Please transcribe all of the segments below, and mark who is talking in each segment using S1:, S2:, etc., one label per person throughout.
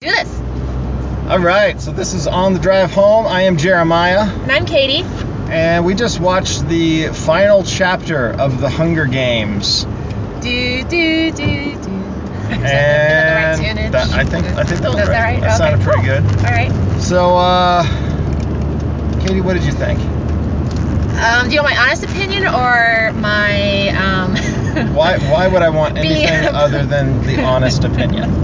S1: do this.
S2: All right, so this is on the drive home. I am Jeremiah,
S1: And I'm Katie.
S2: and we just watched the final chapter of The Hunger Games,
S1: Do do do do. Is that- is that the right
S2: and
S1: tunage?
S2: that- I think I think that was
S1: Is that
S2: right.
S1: right?
S2: That
S1: Okay,
S2: sounded pretty
S1: cool.
S2: good.
S1: All right.
S2: So, uh, Katie, what did you think?
S1: Um, do you want my honest opinion or my um?
S2: Why why would I want
S1: Being-
S2: anything other than the honest opinion?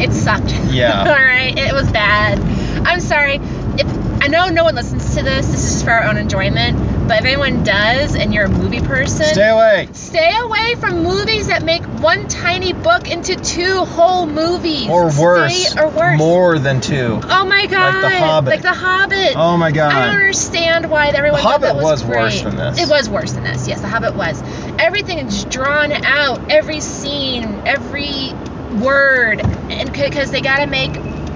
S1: It sucked.
S2: Yeah.
S1: All right. It was bad. I'm sorry. If I know no one listens to this, this is just for our own enjoyment. But if anyone does, and you're a movie person,
S2: Stay away.
S1: stay away from movies that make one tiny book into two whole movies.
S2: Or worse.
S1: Stay, or worse.
S2: More than two.
S1: Oh my god.
S2: Hobbit.
S1: Like the Hobbit.
S2: Oh my God.
S1: I don't understand why everyone
S2: The
S1: thought that
S2: Hobbit was
S1: was,
S2: worse
S1: great.
S2: than this.
S1: It was worse than this. Yes, The Hobbit was. Everything is drawn out, every scene, every word, and because they got to make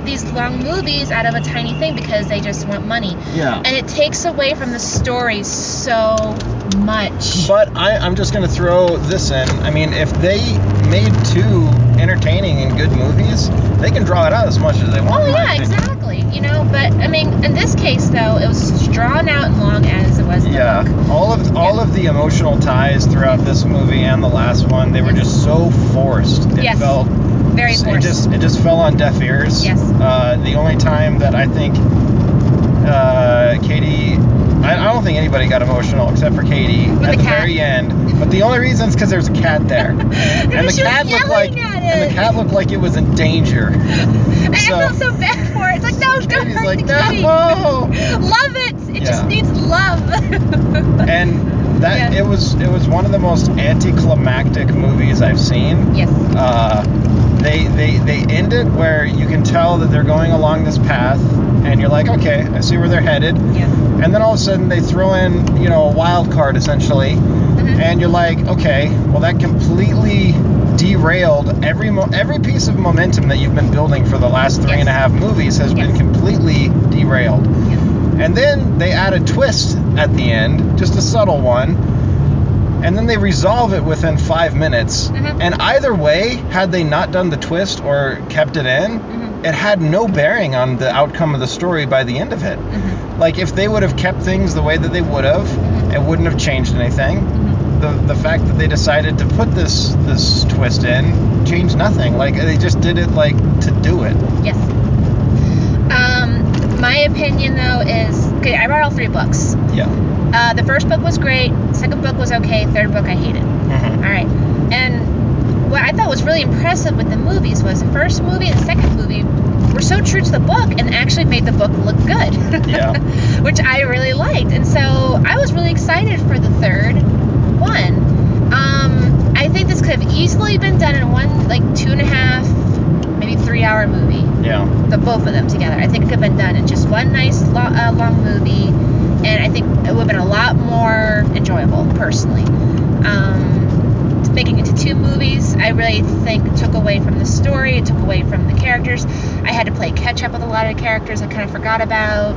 S1: these long movies out of a tiny thing because they just want money.
S2: Yeah.
S1: And it takes away from the story so much.
S2: But I, I'm just gonna throw this in. I mean, if they made two entertaining and good movies, they can draw it out as much as they want.
S1: Oh
S2: in my
S1: yeah,
S2: opinion.
S1: exactly. You know, but I mean, in this case though, it was as drawn out and long as it was. in the book.
S2: Yeah, all of all of the emotional ties throughout this movie and the last one, they were just so forced. It
S1: Yes.
S2: felt
S1: Very
S2: It
S1: forced.
S2: just it just fell on deaf ears.
S1: Yes.
S2: Uh, the only time that I think uh, Katie, I, I don't think anybody got emotional except for Katie
S1: With
S2: at
S1: the
S2: the
S1: cat.
S2: very end. But the only reason is because there was a cat there, and the
S1: she was
S2: cat looked like
S1: yelling at
S2: and
S1: it.
S2: the cat looked like it was in danger.
S1: And
S2: So-
S1: I felt so bad for it. It's like, no, don't
S2: Katie's
S1: hurt
S2: like,
S1: the kitty.
S2: "No."
S1: Love it. It
S2: Yeah.
S1: just needs love.
S2: And that
S1: Yeah.
S2: it was it was one of the most anticlimactic movies I've seen.
S1: yes.
S2: uh, they, they they end it where you can tell that they're going along this path, and you're like, okay, I see where they're headed.
S1: Yes.
S2: And then all of a sudden they throw in, you know, a wild card essentially,
S1: Mhm.
S2: and you're like, okay, well that completely derailed every mo- every piece of momentum that you've been building for the last three
S1: Yes.
S2: and a half movies has been
S1: Yes.
S2: completely derailed.
S1: Yes.
S2: And then they add a twist at the end, just a subtle one. And then they resolve it within five minutes.
S1: Mhm.
S2: And either way, had they not done the twist or kept it in,
S1: Mhm.
S2: it had no bearing on the outcome of the story by the end of it.
S1: Mhm.
S2: Like, if they would have kept things the way that they would have,
S1: Mhm.
S2: it wouldn't have changed anything.
S1: Mhm.
S2: The, the fact that they decided to put this this twist in changed nothing. Like they just did it like to do it.
S1: Yes. Um, my opinion though is okay. I read all three books.
S2: Yeah.
S1: Uh, the first book was great. Second book was okay. Third book I hated.
S2: Mhm.
S1: All right. And what I thought was really impressive with the movies was the first movie and the second movie were so true to the book and actually made the book look good.
S2: Yeah.
S1: Which I really liked. And so I was really excited for the third one. Um, I think this could have easily been done in one, like, two and a half, maybe three hour movie
S2: Yeah.
S1: the both of them together. I think it could have been done in just one nice lo- uh, long movie, and I think it would have been a lot more enjoyable personally. Um, making it to two movies, I really think took away from the story. It took away from the characters. I had to play catch up with a lot of characters I kind of forgot about.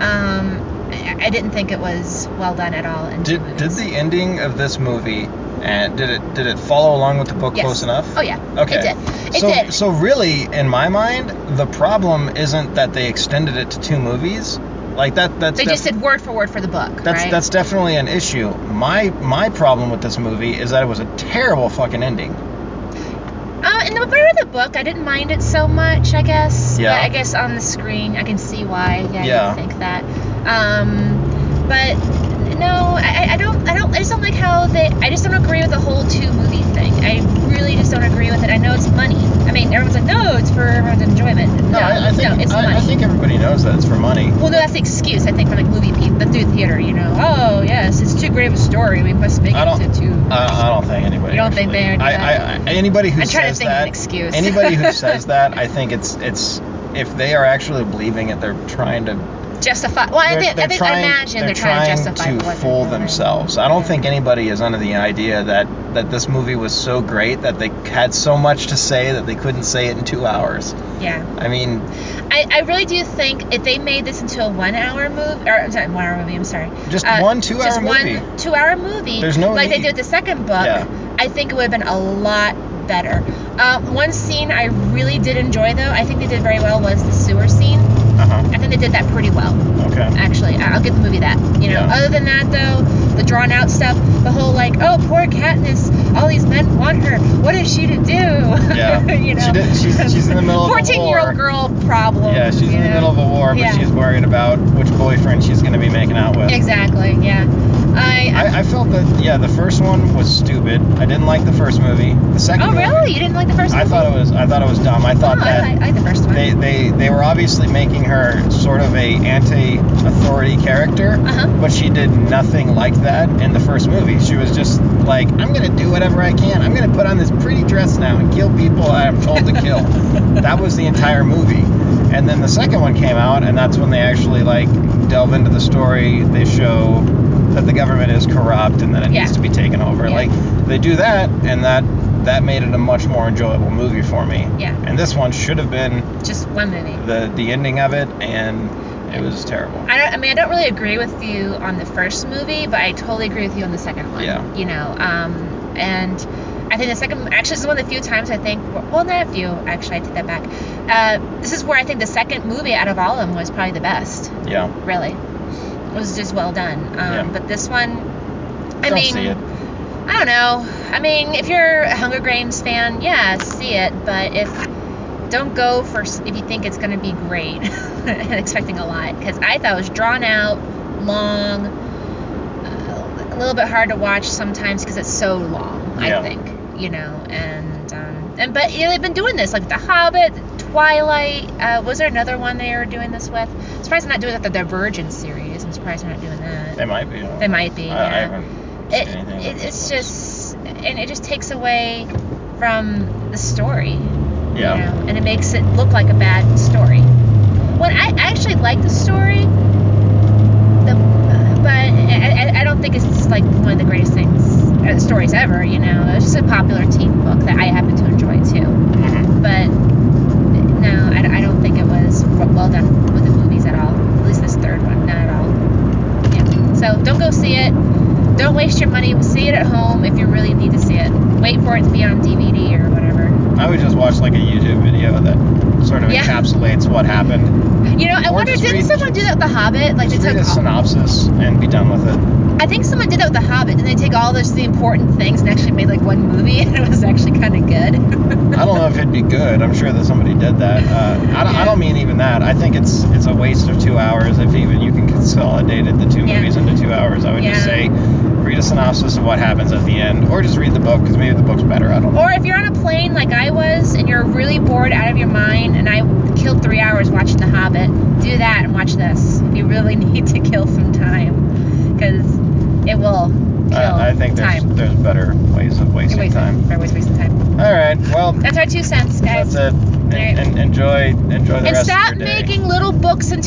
S1: Um, I, I didn't think it was well done at all. In two
S2: Did, did
S1: movies.
S2: the ending of this movie and did it did it follow along with the book
S1: Yes.
S2: close enough?
S1: Oh yeah.
S2: Okay.
S1: It did. It
S2: so
S1: did.
S2: so really in my mind the problem isn't that they extended it to two movies. Like that that's
S1: they
S2: def-
S1: just did word for word for the book.
S2: that's
S1: right?
S2: that's definitely an issue. My my problem with this movie is that it was a terrible fucking ending.
S1: Uh, in the part of the book, I didn't mind it so much, I guess.
S2: Yeah.
S1: But I guess on the screen, I can see why. Yeah.
S2: Yeah.
S1: I didn't think that. Um, but no, I, I- I don't. I don't. I just don't like how they. I just don't agree with the whole two movie thing. I really just don't agree with it. I know it's money. I mean, everyone's like, no, it's for everyone's enjoyment. No,
S2: I, I think
S1: no, it's
S2: I,
S1: money.
S2: I think everybody knows that it's for money.
S1: well, no, that's the excuse I think for like movie people, the new theater. You know, oh yes, it's too great of a story. We must make
S2: I
S1: it
S2: don't.
S1: into two.
S2: I, I don't think anybody.
S1: You don't think they
S2: actually-
S1: do
S2: I, I, I,
S1: that?
S2: anybody who
S1: I'm trying to
S2: says
S1: think of
S2: that.
S1: an excuse.
S2: anybody who says that, I think it's it's if they are actually believing it, they're trying to.
S1: justify. Well, I
S2: they're,
S1: think,
S2: they're
S1: I think
S2: trying,
S1: I imagine
S2: they're,
S1: they're, trying, to justify what they're
S2: fool
S1: doing.
S2: themselves. I don't
S1: Yeah.
S2: think anybody is under the idea that that this movie was so great that they had so much to say that they couldn't say it in two hours.
S1: Yeah,
S2: I mean,
S1: I, I really do think if they made this into a one-hour movie, or I'm sorry, one-hour movie. I'm sorry. Uh,
S2: Just one two-hour
S1: just
S2: movie.
S1: one two-hour movie.
S2: There's no
S1: like they
S2: need.
S1: did with the second book.
S2: Yeah.
S1: I think it would have been a lot better. Uh, one scene I really did enjoy though, I think they did very well, was the sewer scene.
S2: Uh
S1: I think they did that pretty well.
S2: huh. Okay.
S1: actually. I- I'll give the movie that. You know,
S2: Yeah.
S1: other than that though, the drawn out stuff, the whole like, oh poor Katniss, all these men want her. What is she to do?
S2: Yeah.
S1: you know,
S2: She did- she's- she's in the middle of a
S1: year
S2: war.
S1: old girl problem.
S2: Yeah, she's
S1: you
S2: in the
S1: know?
S2: middle of a war, but
S1: Yeah.
S2: she's worried about which boyfriend she's going to be making out with.
S1: Exactly. Yeah. I.
S2: I, I felt that yeah, the first one was stupid. I didn't like the first movie. The second.
S1: oh
S2: movie,
S1: really? You didn't like the first
S2: I
S1: movie?
S2: thought it was I thought it was dumb. I thought
S1: oh,
S2: that
S1: I, like, I like the first one.
S2: they, they they were obviously making her sort of a anti-authority character,
S1: Uh-huh.
S2: but she did nothing like that in the first movie. She was just like, I'm gonna do whatever I can. I'm gonna put on this pretty dress now and kill people I'm told to kill. that was the entire movie. And then the second one came out, and that's when they actually like delve into the story. They show that the government is corrupt and that it
S1: Yeah.
S2: needs to be taken over.
S1: Yeah.
S2: Like they do that, and that that made it a much more enjoyable movie for me.
S1: Yeah.
S2: And this one should have been
S1: Just one movie.
S2: the the ending of it, and it was terrible.
S1: I, don't, I mean, I don't really agree with you on the first movie, but I totally agree with you on the second one.
S2: Yeah.
S1: You know, um, and I think the second, actually, this is one of the few times I think, well, not a few, actually, I take that back. Uh, this is where I think the second movie out of all of them was probably the best,
S2: yeah.
S1: really. It was just well done. Um,
S2: Yeah.
S1: But this one, I
S2: Don't
S1: mean,
S2: see it.
S1: I don't know. I mean, if you're a Hunger Games fan, yeah, see it. But if don't go for s- if you think it's going to be great and expecting a lot, because I thought it was drawn out, long, uh, a little bit hard to watch sometimes because it's so long.
S2: Yeah.
S1: I think you know, and um, and but you know they've been doing this like The Hobbit, Twilight. Uh, was there another one they were doing this with? I'm surprised they're not doing it with the Divergent series. I'm surprised they're not doing that.
S2: They might be. I don't
S1: They
S2: know.
S1: might be,
S2: I,
S1: yeah.
S2: I haven't seen
S1: it,
S2: anything.
S1: it,
S2: about
S1: it's
S2: this.
S1: just and it just takes away from the story you
S2: Yeah.
S1: know, and it makes it look like a bad story when i I actually like the story the, but I, I- I don't think it's like one of the greatest things uh, stories ever you know it's just a popular teen book that i happen to enjoy too
S2: Mhm.
S1: but no i, I don't think it was well done with the movies at all at least this third one not at all yeah. So don't go see it. Don't waste your money. See it at home if you really need to see it. Wait for it to be on DVD or whatever.
S2: I would just watch like a YouTube video that sort of
S1: Yeah.
S2: encapsulates what happened.
S1: You know, I
S2: Or
S1: wonder
S2: just
S1: didn't
S2: read-
S1: someone do that with The Hobbit? Like they
S2: Just read
S1: took.
S2: a
S1: All,
S2: synopsis and be done with it.
S1: I think someone did that with The Hobbit, and they take all those the important things and actually made like one movie, and it was actually kind of good.
S2: I don't know if it'd be good. I'm sure that somebody did that. Uh, I, don't, I don't mean even that. I think it's it's a waste of two hours if even you can consolidate it, the two
S1: Yeah.
S2: movies into two hours. I would just
S1: Yeah.
S2: say read a synopsis of what happens at the end, or just read the book because maybe the book's better. I don't know.
S1: Or if you're on a plane like I was, and you're really bored out of your mind, and I killed three hours watching The Hobbit, do that and watch this. If you really need to kill some time, because it will kill
S2: I, I think there's
S1: time.
S2: there's better ways of wasting
S1: Waste
S2: time.
S1: Fair waste, waste of time.
S2: All right. Well,
S1: That's our two cents, guys.
S2: that's it.
S1: All right.
S2: And, and enjoy enjoy the
S1: and
S2: rest
S1: stop
S2: of your day.
S1: making little books into